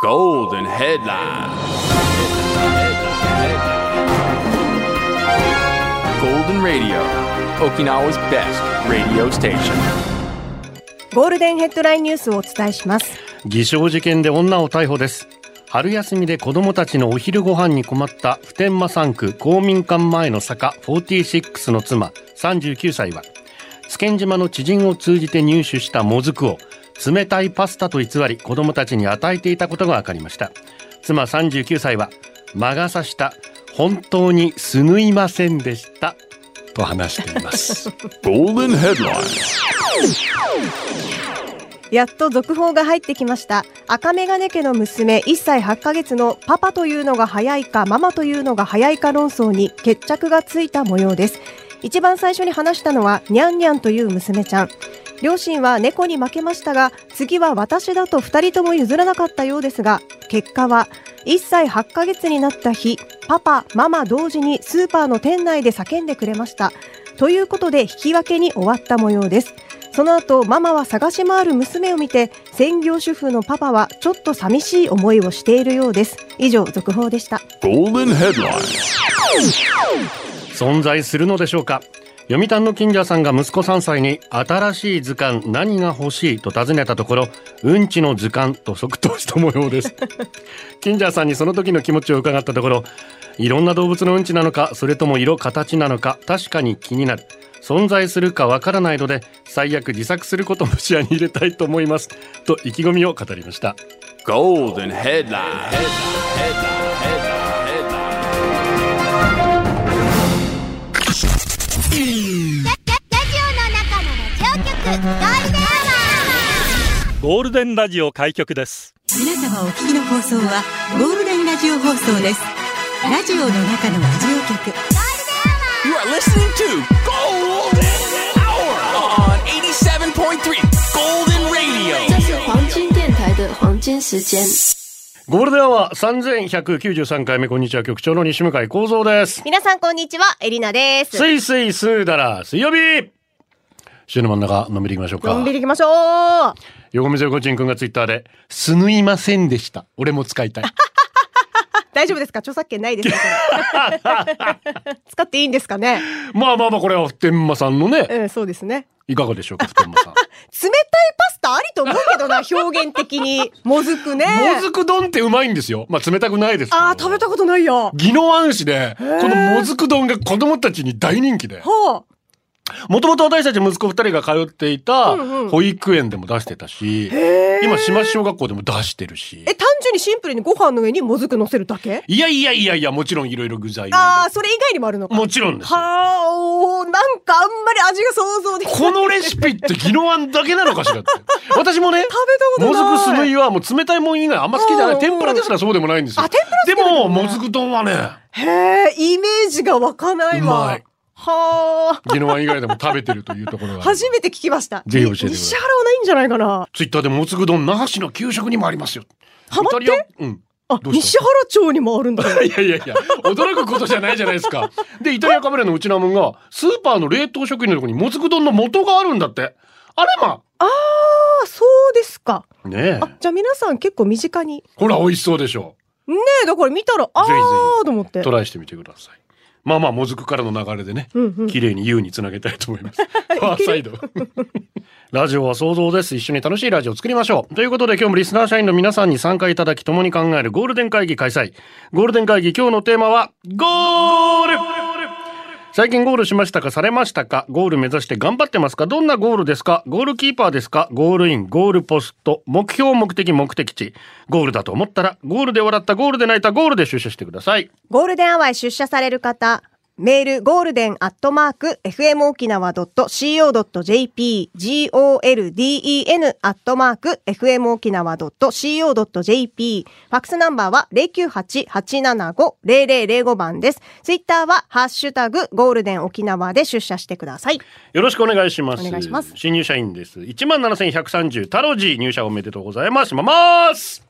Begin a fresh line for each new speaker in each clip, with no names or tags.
Golden headline. Golden Radio, Okinawa's best radio station.
ゴールデンヘッドラインニュースをお伝えします。
偽証事件で女を逮捕です春休みで子供たちのお昼ご飯に困った普天間産区公民館前の坂46の妻39歳は津堅島の知人を通じて入手したもずくを冷たいパスタと偽り子供たちに与えていたことが分かりました妻39歳は魔が差した本当にすぬいませんでしたと話しています
Golden headline.
やっと続報が入ってきました。赤メガネ家の娘1歳8ヶ月のパパというのが早いかママというのが早いか論争に決着がついた模様です。一番最初に話したのはニャンニャンという娘ちゃん。両親は猫に負けましたが、次は私だと2人とも譲らなかったようですが、結果は1歳8ヶ月になった日、パパ、ママ同時にスーパーの店内で叫んでくれました。ということで引き分けに終わった模様です。その後、ママは探し回る娘を見て、専業主婦のパパはちょっと寂しい思いをしているようです。以上、続報でした。
Golden headline.
存在するのでしょうか読谷の金者さんが息子3歳に新しい図鑑何が欲しいと尋ねたところうんちの図鑑と即答した模様です金者さんにその時の気持ちを伺ったところいろんな動物のうんちなのかそれとも色形なのか確かに気になる存在するかわからないので最悪自作することも視野に入れたいと思いますと意気込みを語りました
Golden headline.
Golden Hour.
ゴールデンラジオ開局です。
皆様お聞きの放送はゴールデンラジオ放送です。ラジオの中のラジオ局。
You are listening to Golden Hour on 87.3 Golden Radio.
这是黄金电台的黄金时间。
ゴールデンは3193回目こんにちは局長の西向井光三です
皆さん、こんにちは。エリナです。
すいすいすーだら水曜日週の真ん中のんびりいきましょうか
のんびり行きましょう。
横溝横ちんくんがツイッターで「すぬいませんでした俺も使い たい
大丈夫ですか著作権ない ですかこれ使っていいんですかね」
まあまあまあこれは普天間さんのね
うん、そうですね。
いかがでし ょうか普天間さん
冷たいパスタありと思うけどな、表現的に。もずくね。
もずく丼ってうまいんですよまあ冷たくないですけど
あー、食べたことないよ。
宜野湾市でこのもずく丼が子供たちに大人気で
ほう。
もともと私たち息子二人が通っていた
うんうん
保育園でも出してたし、今島小学校でも出してるし
え、単純にシンプルにご飯の上にもずく乗せるだけ
いやいやいやいやもちろんいろいろ具材を入れて
あー、それ以外にもあるのか。
もちろんですよ
はあ、おーなんかあんまり味が想像できない。
このレシピって宜野湾だけなのかしらって。私もね、
食べたことない
もずくすぬいはもう冷たいもん以外あんま好きじゃな
う
い。
ん
天ぷらですらそうでもないんですよ。
あ天
でも、もずく丼はね、
へえ、イメージが湧かないうわ。
まい
はあ。
宜野湾以外でも食べてるというところがある。
初めて聞きました。
ぜひ教えてください
西原はないんじゃないかな。
ツイッターでもずく丼、那覇市の給食にもありますよ。
ハマって
イタリアうん。
あ、
どうし
西
た
原町にもあるんだよ。
いやいやいや、驚くことじゃないじゃないです か。で、イタリアカメラのうちなもんが、スーパーの冷凍食品のところにもずく丼の元があるんだって。あれま
ああ、そうですか。
あ。ねえ
あ、じゃあ皆さん結構身近に。
ほら、美味しそうでしょ
ねえ、だから見たら、あ
ぜひぜ
あ、と思って。
トライしてみてください。まあまあ、もずくからの流れでね。
うんうん。
綺麗に U につなげたいと思います。 ファーサイド。 ラジオは想像です。一緒に楽しいラジオを作りましょう。ということで今日もリスナー社員の皆さんに参加いただき共に考えるゴールデン会議開催。ゴールデン会議今日のテーマはゴール最近ゴールしましたかされましたかゴール目指して頑張ってますかどんなゴールですかゴールキーパーですかゴールイン、ゴールポスト、目標、目的、目的地。ゴールだと思ったら、ゴールで笑った、ゴールで泣いた、ゴールで出社してください。
ゴールデンアワーへ出社される方、メール、ゴールデンアットマーク、fmokinawa.co.jp、golden アットマーク、fmokinawa.co.jp、ファックスナンバーは098-875-0005番です。ツイッターは、ハッシュタグ、ゴールデン沖縄で出社してください。
よろしくお願いします。
お願いします
新入社員です。一万七千百三十タロジー入社おめでとうございます。まます。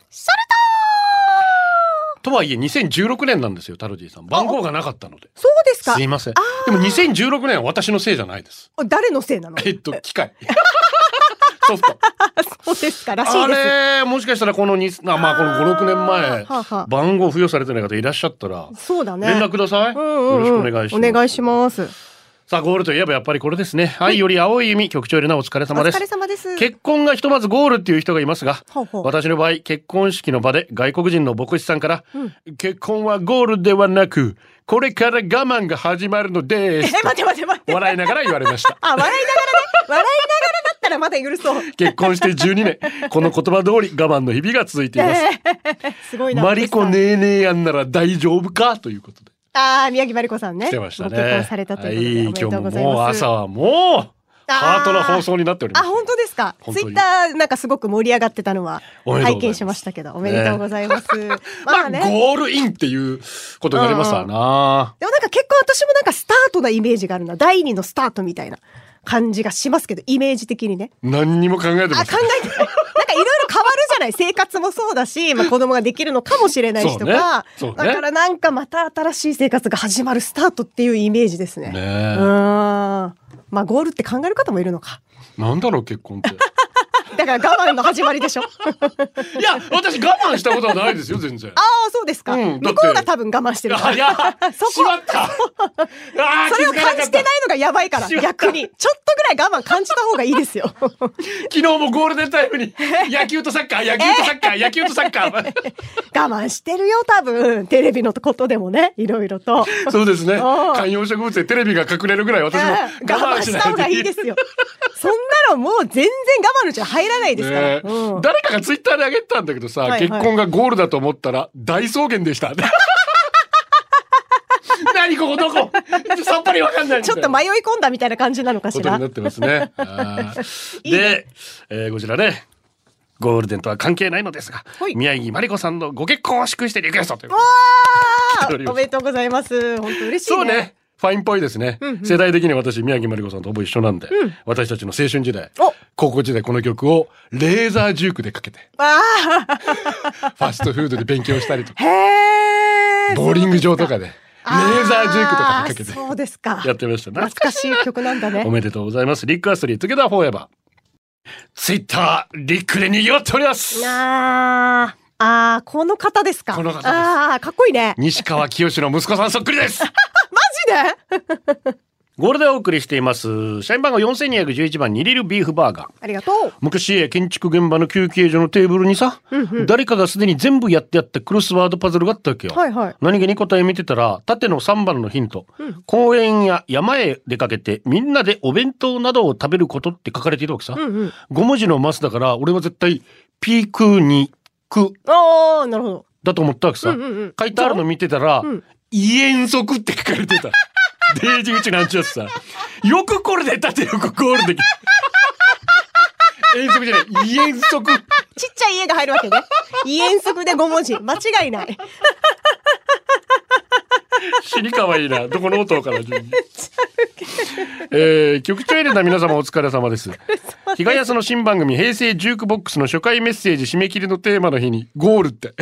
とはいえ2016年なんですよタロジーさん番号がなかったので
そうですか
すいませんでも2016年は私のせいじゃないです
誰のせいなの
えっと機械ソフト
そうですからしい
あ
です。
れもしかしたらこのにあまあこの56年前
はあはあ
番号付与されてない方いらっしゃったら
そうだね。
連絡ください、
うんうんうん、
よろしくお願いします
お願いします。
さあゴールといえばやっぱりこれですねはいより青い弓局長エレナお疲れ
お
様です
疲れ様です。
結婚がひとまずゴールっていう人がいますが
ほうほう
私の場合結婚式の場で外国人の牧師さんから、結婚はゴールではなくこれから我慢が始まるのです
え、待って待って待って。
笑いながら言われました
あ、笑いながらね。笑いながらだったらまだ許そう。
結婚して12年この言葉通り我慢の日々が続いています、
すごいな。
マリコねえねえやんなら大丈夫かということで
ああ、宮城マリコさんね。
来てました
ご
ね
結婚されたということで、おめでとうござ
はい、今日
い
ももう
ます。
朝はもうハートの放送になっておりま
あ、
す
本当ですか。
本
ツ
当
イッ
に
ターなんかすごく盛り上がってたのは
おめでとう
拝
ございます
見しましたけど、おめでとうございます。
ま
ま
あ、
あね。
ゴールインっていうことになりますわな、
でもなんか結構私もなんかスタートなイメージがあるな。第二のスタートみたいな感じがしますけど、イメージ的にね。
何にも考えてま
あ、
す
考えてない。なんかいろいろ変わるじゃない。生活もそうだし、まあ子供ができるのかもしれないしとか。
そうねそうね
だからなんかまた新しい生活が始まるスタートっていうイメージですね。
ね
う
え
ーん。まあゴールって考える方もいるのか。
なんだろう結婚って
だから我慢の始まりでしょ。あ
いや私我慢したことはないですよ全然
あ、そうですか。
うんだ
向
って
こうが多分我慢してるから。
いや
そこ
しまったあー
それを
気づか
感
なかった
じてないのがやばいから、
しまった
逆に。ちょっとぐらい我慢感じた方がいいですよ。
昨日もゴールデンタイムに野球とサッカー野球とサッカー野球とサッカ ー
我慢してるよ、多分。テレビのことでもね、いろいろと。
そうですね
うん
観葉植物でテレビが隠れるぐらい私も
うん
我慢し
し
な
た
いと
方がいいですよ。そんなのもう全然我慢のうちは入らないですから。
ねえ
うん
誰かがツイッターで上げてたんだけどさ、
はいはい
結婚がゴールだと思ったら大草原 でした。何ここど こさっぱりわかんないみ
ち
た
ょ
い
っ
な
と迷い込んだみたいな感じなのかし
こと
ら
にな。ってま すね。あー
いいね
で、えーこちらね。ゴールデンとは関係ないのですが、
はい
宮城真理子さんのご結婚を祝してリクエストということで
あ
来てお
ー
ります
おめでとうございます。本当嬉しいね。
そうね。ファインっぽいですね、世代的に私宮城真理子さんとほぼ一緒なんで、私たちの青春時代
お
高校時代この曲をレーザージュークでかけて
あ
ファストフードで勉強したりとか
ーへー
ボーリング場とかで、レーザージュークとかかけ
あーそう
て
ですか。
やってましたね。
懐かしい曲なんだね
お。めでとうございます。リックアストリー、トゥゲダーフォーエバー。ツイッター、リックで賑わっております。
あーあー、この方ですか。
この方です
ああ、かっこいいね。
西川きよしの息子さんそっくりです。
マジで
ゴールでお送りしています。社員番号4211番、ニリルビーフバーガー。
ありがとう。
昔建築現場の休憩所のテーブルにさ、誰かがすでに全部やってやったクロスワードパズルがあったわけよ、
はいはい
何気に答え見てたら縦の3番のヒント、公園や山へ出かけてみんなでお弁当などを食べることって書かれているわけさ、
うんうん。
5文字のマスだから俺は絶対ピークにク
ああ、なるほど。
だと思ったわけさ、
うんうんうん
書いてあるの見てたら
ん
「胃遠足」って書か れてたデイジーうちなんちゅうやつさよくこれで縦横ゴール できる遠足じゃない胃遠足
ちっちゃい家が入るわ けね。異遠足で5文字。間違いない。
死に可愛いな。どこの音から順に。えー、局長エレナ皆様お疲れ様です。日賀安の新番組平成ジュークボックスの初回メッセージ締め切りのテーマの日にゴール って。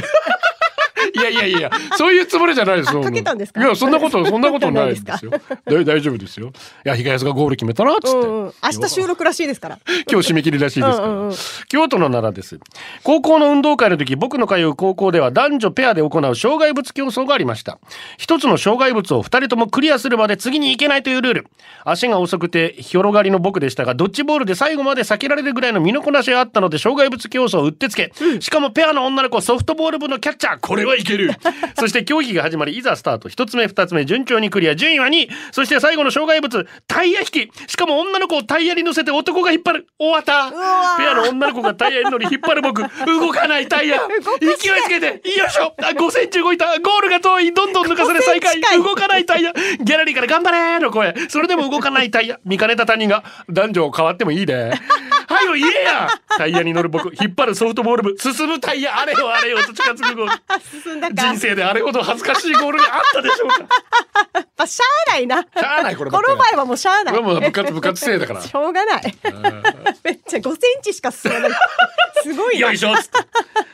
いやいやいや、そういうつもりじゃないです。そ
かけたんですか
いや、そんな こと、そんなことないですよ。大大丈夫ですよ。いや、日賀安がゴール決めたなっつっ
う
て。
んうん。明日収録らしいです から。
今日締め切りらしいですから。
うんうんうん
京都の奈良です。高校の運動会の時、僕の通う高校では男女ペアで行う障害物競争がありました。一つの障害物を二人ともクリアするまで次に行けないというルール。足が遅くて、広がりの僕でしたが、ドッジボールで最後まで避けられるぐらいの身のこなしがあったので、障害物競争をうってつけ。しかもペアの女の子、ソフトボール部のキャッチャー。これはい ける。そして競技が始まり、いざスタート。一つ目、二つ目、順調にクリア。順位は2位。そして最後の障害物、タイヤ引き。しかも女の子をタイヤに乗せて男が引っ張る。終わった。
わー
ペアの女の子がタイヤに乗り引っ張る僕動かないタイヤ勢いつけてよいしょあ5センチ動いたゴールが遠いどんどん抜かされ再開
5センチ近い
動かないタイヤギャラリーから頑張れーの声それでも動かないタイヤ見かねた他人が男女を変わってもいいではよ言えやタイヤに乗る僕引っ張るソフトボール部進むタイヤあれよあれよと近 づくゴール
進んだか。
人生であれほど恥ずかしいゴールがあったでしょうか
まあ、しゃあないな。
しゃあないこれば
こ
っかり
の前はもうしゃあない。
これもう部活部活生だから
しょうがない。めっちゃ5センチしか進まない。すごいな
よいしょっつって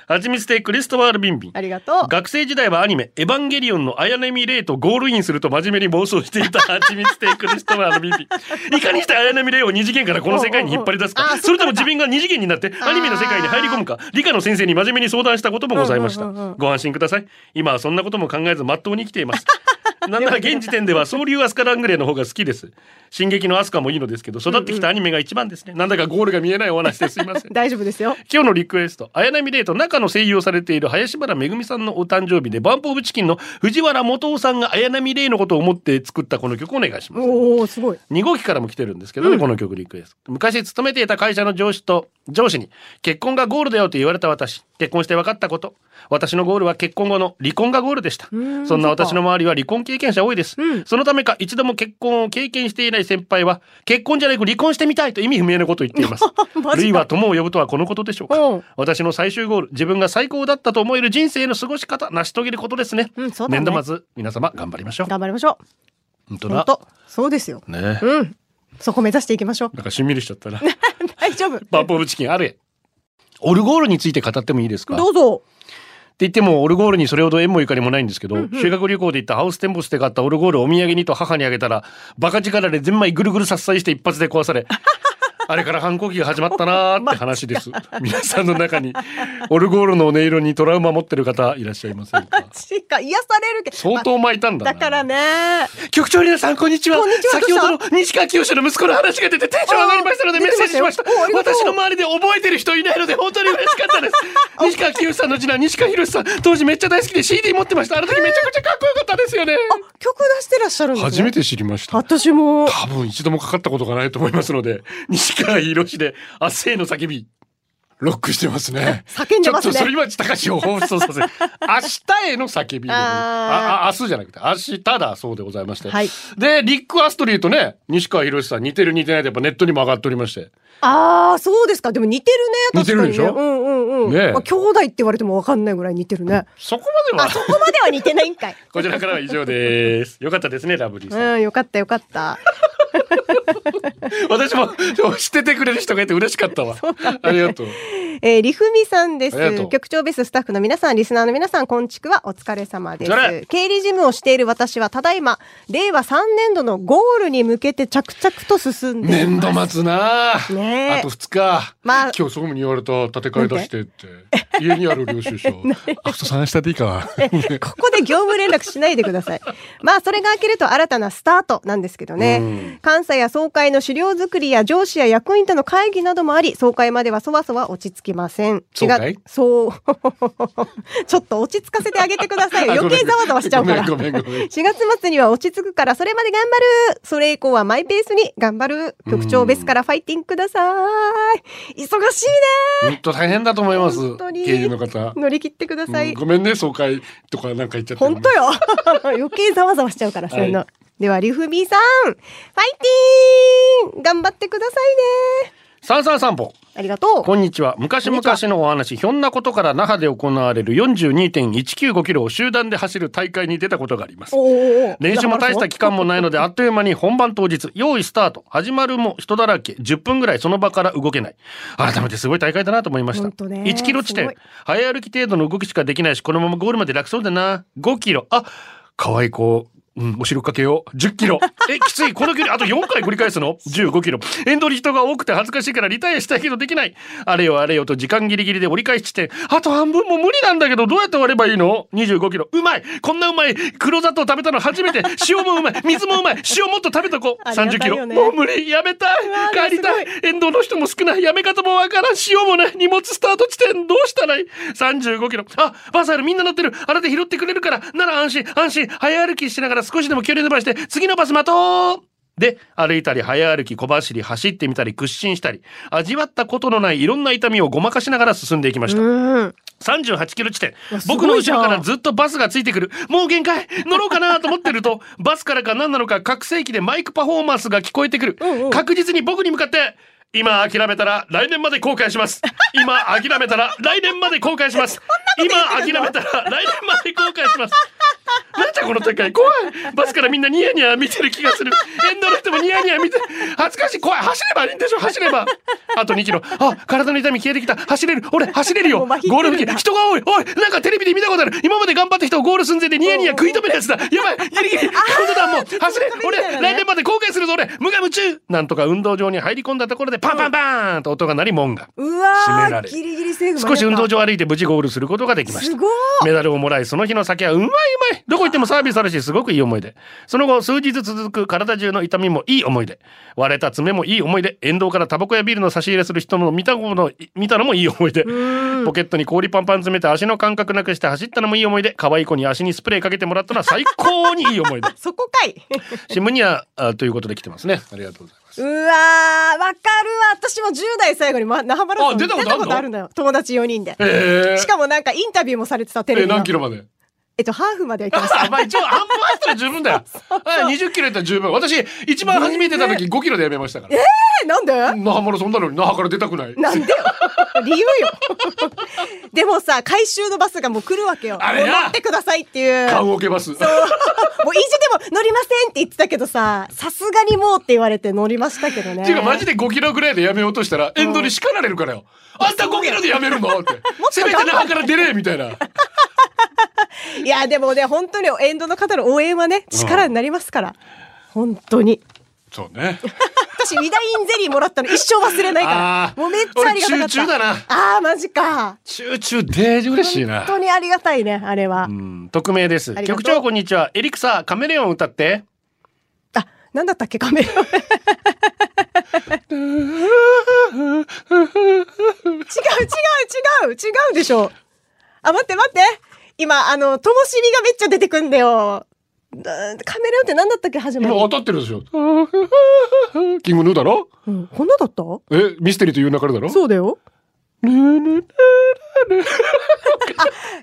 はちみつ亭クリストワール・ビンビン
あ。りがとう。
学生時代はアニメ「エヴァンゲリオン」の綾波レイとゴールインすると真面目に暴走してい たはちみつ亭クリストワール・ビンビン。いかにして綾波レイを二次元からこの世界に引っ張り出す
おうおうお
か
うあ
それとも自分が二次元になってアニメの世界に入り込むか理科の先生に真面目に相談したこともございました、
うんうんうんうん
ご安心ください今はそんなことも考えずまっとうに生きています なんなら現時点では総流アスカラングレーの方が好きです進撃のアスカもいいのですけど育ってきたアニメが一番ですね、なんだかゴールが見えないお話ですいません
大丈夫ですよ。
今日のリクエスト綾波レイと中の声優をされている林原めぐみさんのお誕生日でバンプオブチキンの藤原元夫さんが綾波レイのことを思って作ったこの曲をお願いします
おおすごい。
2号機からも来てるんですけどね、この曲リクエスト昔勤めていた会社の上司と上司に結婚がゴールだよと言われた私結婚して分かったこと私のゴールは結婚後の離婚がゴールでした
ーん
そんな私の周りは離婚経験者多いです、
うん
そのためか一度も結婚を経験していない先輩は結婚じゃなく離婚してみたいと意味不明なことを言っています
マジか
類は友を呼ぶとはこのことでしょうか
うん
私の最終ゴール自分が最高だったと思える人生の過ごし方成し遂げることですね,、
うんそうだね
年度末皆様頑張りましょう
頑張りましょ
本当
う。
だ
本当。そうですよ。
ね
うん。そこ目指していきま しょう。
なんかしんみりしちゃったな
大丈夫。
バンプオブチキンあるへオルゴールについて語ってもいいですか
どうぞ。
って言ってもオルゴールにそれほど縁もゆかりもないんですけど、修学旅行で行ったハウステンボスで買ったオルゴールをお土産にと母にあげたらバカ力でゼンマイぐるぐる殺災して一発で壊 されあれから反抗期が始まったなーって話です皆さんの中にオルゴールの音色にトラウマ持ってる方いらっしゃいませんか
しか癒されるけど。
相当巻いたんだ
ま
な
あだからね。
局長皆さんこんにちは
こんにちは
先ほど
ど
の西川清の息子の話が出てテンション上がりましたので
あー
メッセージしました
出てましたよおありがとう
私の周りで覚えてる人いないので本当に嬉しかっ たです西川清さんの次男西川博さん当時めっちゃ大好きで CD 持ってましたあの時めちゃくちゃかっこよかったですよね
あ曲出してらっしゃるんです、ね。
て知りまし
私も。
多分一度もかかったことがないと思いますので西川博で明日への叫びロックしてますね
叫んでますね
ちょっと反町隆史を放送させ明日への叫びでねあ
あ
あ明日じゃなくて明日だそうでございまして、
はい
でリック・アストリーとね西川博さん似てる似てないでやっぱネットにも上がっておりまして
ああ、そうですか。でも似てるね。
似て
確
る
かに、ね。
でしょ
うんうんうん。
ねえ
まあ、兄弟って言われてもわかんないぐらい似てる ね。
そこま
あ、
で
そ
は
こまでは似てないんかい。
こちらからは以上ですよかったですねラブリーさん
うん、よかったよかった。
私もでも知っててくれる人がいて嬉しかっ たわ、ありがとう
えー、りふみさんで
ありがと
す
う。
局長ベーススタッフの皆さん、リスナーの皆さん、こんちくはお疲れ様で
お疲れ
す。経理事務をしている私は、ただいま、令和3年度のゴールに向けて着々と進んでい
年
ます。
度末なあ
ねえ
あと2日、
まあ
今日総務に言われた建て替え出してって家にある領 収書あと探したでいいか
ここで業務連絡しないでください。 まあ、それが明けると新たなスタートなんですけどね。監査や総会の資料作りや上司や役員との会議などもあり、総会まではそわそわ落ち着きません。
総
違
会
うそう。 ちょっと落ち着かせてあげてくださいよ。
あごめん
余計ざわざわしちゃうから。
ごめんごめんごめん
4月末には落ち着くから、それまで頑張るそれ以降はマイペースに頑張る局長ベスからファイティングください忙しい
本
ね
当大変だと思います
本当に
経理の方、
乗り切ってくださ
う
い
ん。ごめんね総会とかなんか言っちゃって
本当よ 余計ざわざわしちゃうから、そういうの。
は
では、リフビーさん、ファイティーン頑張ってくださいね。
三三三歩
ありがとう。
こんにちは昔々のお話ひょんなことから那覇で行われる42.195キロを集団で走る大会に出たことがあります
おーおーおー
練習も大した期間もないのであっという間に本番当日用意スタート始まるも人だらけ10分ぐらいその場から動けない改めてすごい大会だなと思いました
ほんとね
1キロ
す
地
ご
点
い
早歩き程度の動きしかできないしこのままゴールまで楽そうだな5キロあ可愛い子うん、お城かけよう。10キロ。え、きつい。この距離、あと4回繰り返すの ?15 キロ。エンドに人が多くて恥ずかしいからリタイアしたいけどできない。あれよあれよと時間ギリギリで折り返し地点。あと半分も無理なんだけど、どうやって割ればいいの ?25 キロ。うまいこんなうまい黒砂糖食べたの初めて塩もうまい水もうまい塩もっと食べとこう
ありがたい
30キロ
よね
もう無理やめたい帰りたい沿道の人も少ないやめ方もわからん塩もない荷物スタート地点どうしたらいい35キロあバサルみんな乗ってるあれで拾ってくれるからなら安心安心早歩きしながら少しでも距離伸ばして次のバス待とうで、歩いたり、早歩き、小走り、走ってみたり、屈伸したり、味わったことのないいろんな痛みをごまかしながら進んでいきました。
うん。
38キロ地点
わすごい
僕の後ろからずっとバスがついてくるもう限界乗ろうかなと思ってると バスからか何なのか拡声器でマイクパフォーマンスが聞こえてくる、
うんうん
確実に僕に向かって今諦めたら来年まで後悔します今諦 めたら来年まで後悔します今諦めたら来年まで後悔しますなんだこの展開怖いバスからみんなニヤニヤ見てる気がするエンドの人もニヤニヤ見て恥ずかしい怖い走ればいいんでしょ走ればあと2キロあ体の痛み消えてきた走れる俺走れるよ
もう
ゴ
麻痺してるんだ
ール付近人が多いおいなんかテレビで見たことある今まで頑張った人をゴール寸前でニヤニヤ食い止めるやつだやばいギリギリ本当だもう走れ俺来年まで後悔するぞ俺無我夢中なんとか運動場に入り込んだところでパンパンパーンと音が鳴り門が
うわ
締めら
ー
れ
ギリギリセーフ
少し運動
場
場を歩いて無事ゴールすることができました
すごい。
メダルをもらい、その日の酒はうまいうまいどこ行ってもサービスあるし、すごくいい思い出。その後、数日続く体中の痛みもいい思い出。割れた爪もいい思い出。沿道からタバコやビールの差し入れする人の見たもの、見たのもいい思い出。ポケットに氷パンパン詰めて足の感覚なくして走ったのもいい思い出。可愛い子に足にスプレーかけてもらったのは最高にいい思い出
そこかい
新聞には、あということで来てますね。ありがとうございます。
うわーわかるわ私も10代最後に、ま、那覇マラソン
あ出たことあんの
るのよ友達4人で
え
しかもなんかインタビューもされてたテレビの
何キロ まで
えっとハーフまでは行きました
あまあ一応半分走ったら十 分だよ。はい、20キロやったら十分。私、一番初めて出た時5キロでやめましたから。
えなんで
那覇マラソンなのに那覇から出たくない。
なんでよ理由よ でもさ回収のバスがもう来るわけよ
あれ
もう
な
乗ってくださいっていう
缶を受けます。
もう意地でも乗りませんって言ってたけどさ、さすがにもうって言われて乗りましたけどね。
っていうかマジで5キロぐらいでやめようとしたらエンドに叱られるからよ。あんた5キロでやめるのって。せめて那覇から出れみたいな。
いや、でもね、本当にエンドの方の応援はね、力になりますから。本当に。
そうね。
私、ウィダインゼリーもらったの一生忘れないか
あー
ら。もうめっちゃありがたかった。
俺チューチューだな
ああ、マジか。
チューチューで嬉しいな
本。当にありがたいね、あれは。
うん、匿名です
あ。りがとう
局長こんにちは。エリクサ、カメレオン歌って。
あ、なんだったっけ、カメラ。違う違う違う違うでしょ。あ、待って待って。今、あの、ともしびがめっちゃ出てくんだよ。だカメラって何だったっけ、始ま
今
り。
当たってるでしょ。 キングヌーだろ
うん、こんなだった
え、ミステリーという流れだろ
そうだよ。
ルルルル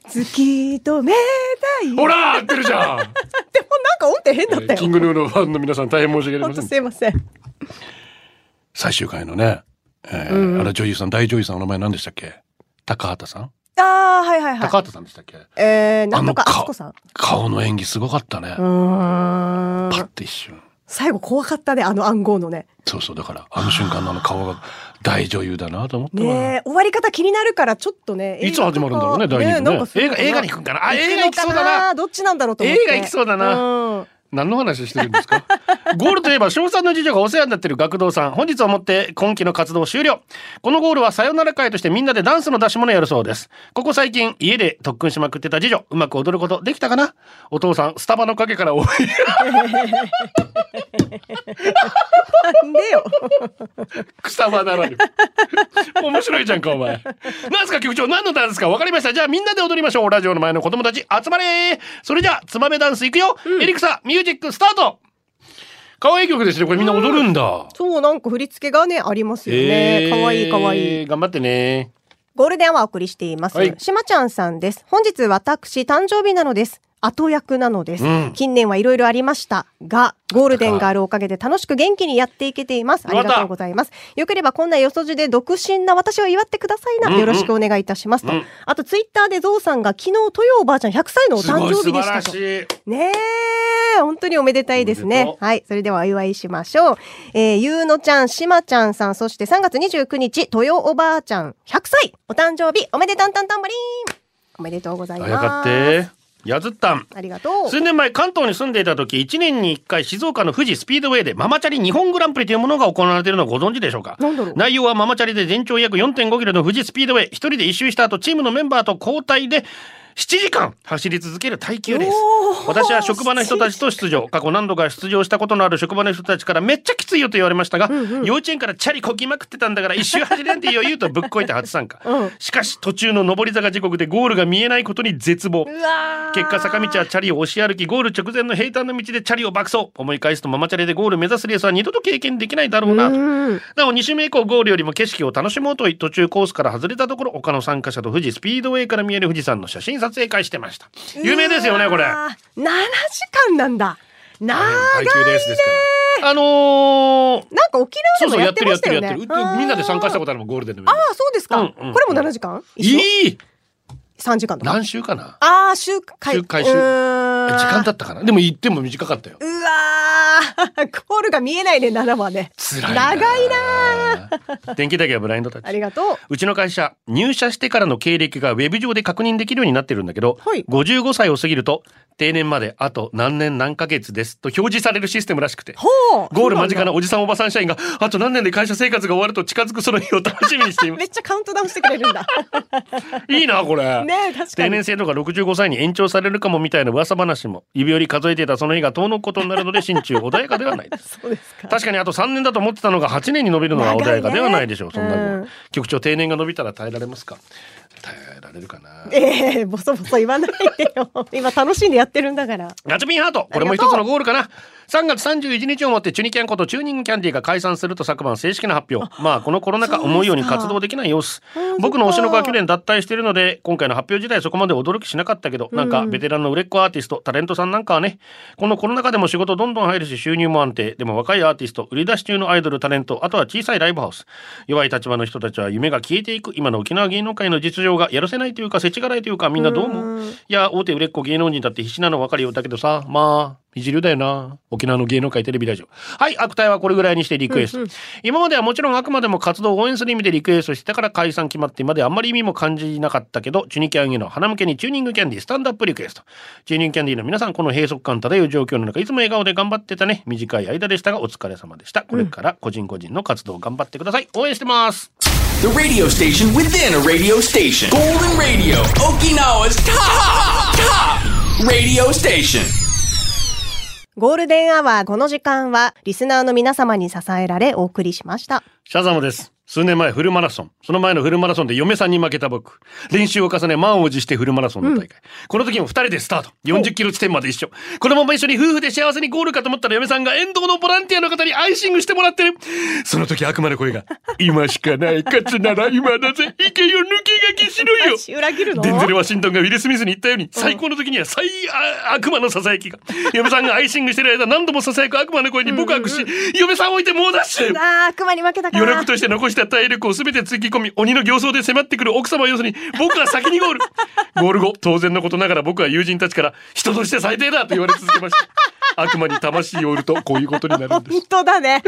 突き止めたい。
ほら合ってるじ ゃ
でも
ん
なんか音程変だった
キン
よ。
グヌーのファンの皆さん大変申し訳あ
ほん
りませ
と
ん
すいません。
最終回のね、えーあれ女優さん大女優さんお名前何でしたっけ高畑さん、
ああ、はいはいはい。
高畑さんでしたっけ
えー、なんとか
あの
あ
か
つこさん。う
顔の演技すごかったね、
ー
パッ
ん。
て一瞬
最後怖かったね、あの暗号のね。
そうそうだからあの瞬間 のあの顔が大女優だなと思ったわ
ねえ、終わり方気になるから、ちょっとね。
いつ始まるんだろうね第二部ね映画映画に行くんかなあ映画行きそうだな
な。どっちなんだろうと思って。
映画行きそうだな
うん。
何の話してるんですか ゴールといえば賞賛の次女がお世話になっている学童さん本日をもって今期の活動終了このゴールはさよなら会としてみんなでダンスの出し物をやるそうですここ最近家で特訓しまくってた次女うまく踊ることできたかなお父さんスタバの陰から応援
なんでよ。
草花 ならぬ面白いじゃんかお前なんすか局長何のダンスか分かりましたじゃあみんなで踊りましょうラジオの前の子供たち集まれそれじゃあツバメダンスいくよ、エリクサミュージックスタート可愛い曲ですねこれみんな踊るんだ、
そう、なんか振り付けがね、ありますよね。
えー
かわいいかわいい。
頑張ってね。
ゴールデンはお送りしています。
はい
しまちゃんさんです。本日私、誕生日なのです。後役なのです。
うん
近年はいろいろありましたが、ゴールデンがあるおかげで楽しく元気にやっていけています。あ
よかっ
り
た
がとうございます。よければこんなよそじで独身な私を祝ってくださいな。
うんうん
よろしくお願いいたしますと。
うん
あと、ツイッターでゾウさんが昨日、豊おばあちゃん100歳のお誕生日でしたと。
い。
ねえ、本当におめでたいです
おめで
ね
と。う
はい、それではお祝いしましょう。えー、ゆうのちゃん、しまちゃんさん、そして3月29日、豊おばあちゃん100歳、お誕生日、おめでたんたんたんばりーんおめでとうござい
あ
ます。
やかって。やずったん。
ありがとう。
数年前関東に住んでいた時1年に1回静岡の富士スピードウェイでママチャリ日本グランプリというものが行われているのをご存知でしょうか
なんだろう
内容はママチャリで全長約4 5キロの富士スピードウェイ一人で一周した後チームのメンバーと交代で7時間走り続ける耐久です
おー
私は職場の人たちと出場過去何度か出場したことのある職場の人たちからめっちゃきついよと言われましたが、幼稚園からチャリこぎまくってたんだから一周走れんって余裕とぶっこいて初参加、
うん
しかし途中の上り坂時刻でゴールが見えないことに絶望
うわー
結果坂道はチャリを押し歩きゴール直前の平坦な道でチャリを爆走思い返すとママチャリでゴール目指すレースは二度と経験できないだろうなと
うん。
なお2周目以降ゴールよりも景色を楽しもうと途中コースから外れたところ他の参加者と富士スピードウェイから見える富士山の写真撮影会してました有名ですよねこれ
うわー7時間なんだ。なーが、
レースですからあのー
なんか沖縄で
そうそう
も
や
やっ
っ
てて
るや
ま
っ
してたよ
るやっ
ね。
てるうみんなで参加し
こ
たことあるもんゴールデンのメンバー
ああ、そうですか。
うんうんうん
これも7時間一緒
いい
3時間とか。
何週かな
ああ、週回。
週回週
う
え
ーん
時間経ったかなでも行っても短かったよ。
うわー、ゴールが見えないね、7はね。
辛い
長い
なー。電気だけはブラインドタッチ
あ。りがとう。
うちの会社、入社してからの経歴がウェブ上で確認できるようになってるんだけど、
はい
55歳を過ぎると、定年まであと何年何ヶ月ですと表示されるシステムらしくて、
ほう
ゴール間近
な
なおじさんおばさん社員が、あと何年で会社生活が終わると近づくその日を楽しみにしていま
めっちゃカウントダウンしてくれるんだ。
す。いいな、これ。
ねえ、確か
定
に
年。制度が65歳に延長されるかもみたいな噂話も、指折り数えていたその日が遠のくことになるので、心中穏やかではないです。
そうです か。
確かにあと3年だと思ってたのが8年に伸びるのは穏やかではないでしょう、そ
長いね
んなも
うん
ん局長定年が伸びたら耐えられますか耐えられるかな
ええボソボソ言わないでよ。 今楽しんでやってるんだから。
ガチャピンハートこれも一つのゴールかな3月31日をもってチュニキャンことチューニングキャンディーが解散すると昨晩正式な発表まあこのコロナ禍
そうですか
思うように活動できない様子僕の推しの子は去年脱退しているので今回の発表自体そこまで驚きしなかったけど、なんかベテランの売れっ子アーティストタレントさんなんかはねこのコロナ禍でも仕事どんどん入るし収入も安定でも若いアーティスト売り出し中のアイドルタレントあとは小さいライブハウス弱い立場の人たちは夢が消えていく今の沖縄芸能界の実情がやるせないというか世知辛いというかみんなどう思ういや大手売れっ子芸能人だって必死なの分かるよだけどさまあいじるだよな沖縄の芸能界テレビラジオはい悪態はこれぐらいにしてリクエスト、今まではもちろんあくまでも活動を応援する意味でリクエストしてたから解散決まってまであんまり意味も感じなかったけどチュニキャンへの花向けにチューニングキャンディースタンドアップリクエストチューニングキャンディーの皆さんこの閉塞感漂う状況の中いつも笑顔で頑張ってたね短い間でしたがお疲れ様でしたこれから個人個人の活動を頑張ってください応援してます
The radio station within a radio station. Golden Radio, Okinawa's top, top radio station.
ゴールデンアワーこの時間は、リスナーの皆様に支えられお送りしました。
シャザムです。数年前フルマラソン。その前のフルマラソンで嫁さんに負けた僕。練習を重ね満を持してフルマラソンの大会。この時も2人でスタート。40キロ地点まで一緒。このまま一緒に夫婦で幸せにゴールかと思ったら嫁さんが沿道のボランティアの方にアイシングしてもらってる。その時悪魔の声が、今しかない。勝つなら今だぜ。行けよ、抜け駆けしろよ。
私裏切るの
デンゼル・ワシントンがウィル・スミスに言ったように最高の時には最あ悪魔のささやきが嫁さんがアイシングしてる間何度もささやく悪魔の声に僕はくし嫁さんを置いて猛ダッシュ
ああ、悪魔に負けたか
余
ら
力。として残した体力を全てつぎ込み鬼の形相で迫ってくる奥様を要するに僕は先にゴールゴール後当然のことながら僕は友人たちから人として最低だと言われ続けました悪魔に魂を売るとこういうことになるんです
本当だね。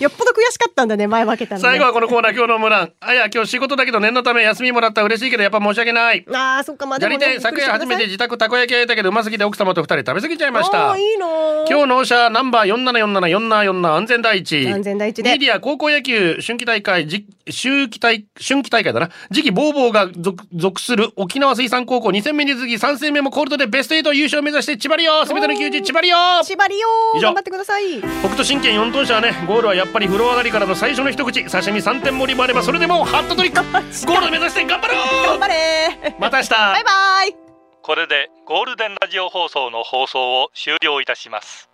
よっぽど悔しかったんだね、前負けたの、ね。
最後はこのコーナー今日のオムランあいや今日仕事だけど念のため休みもらった嬉しいけどやっぱ申し訳ない
ああ、そっか、まあ、で
じゃ
も
り
ね、
店昨夜初めて自宅たこ焼き焼いたけどうますぎて奥様と二人食べ過ぎちゃい
ま
ました
いいの
今日のおしゃナンバー474747安全第一。
安全第一で
メディア高校野球春季大会、じ秋季大、春季大会だな。次期ボーボーが属属する沖縄水産高校2戦目に続き3戦目もコールドでベスト8優勝を目指して千葉リオすべての球児千葉リオ
縛りよー
以上
頑張ってください。
北斗神拳4等車はね、ゴールはやっぱり風呂上がりからの最初の一口。刺身3点盛りもあればそれでもうハットトリ ック。ゴール目指して頑張ろ
頑
う
張れー
また明日
バイバイ
これでゴールデンラジオ放送の放送を終了いたします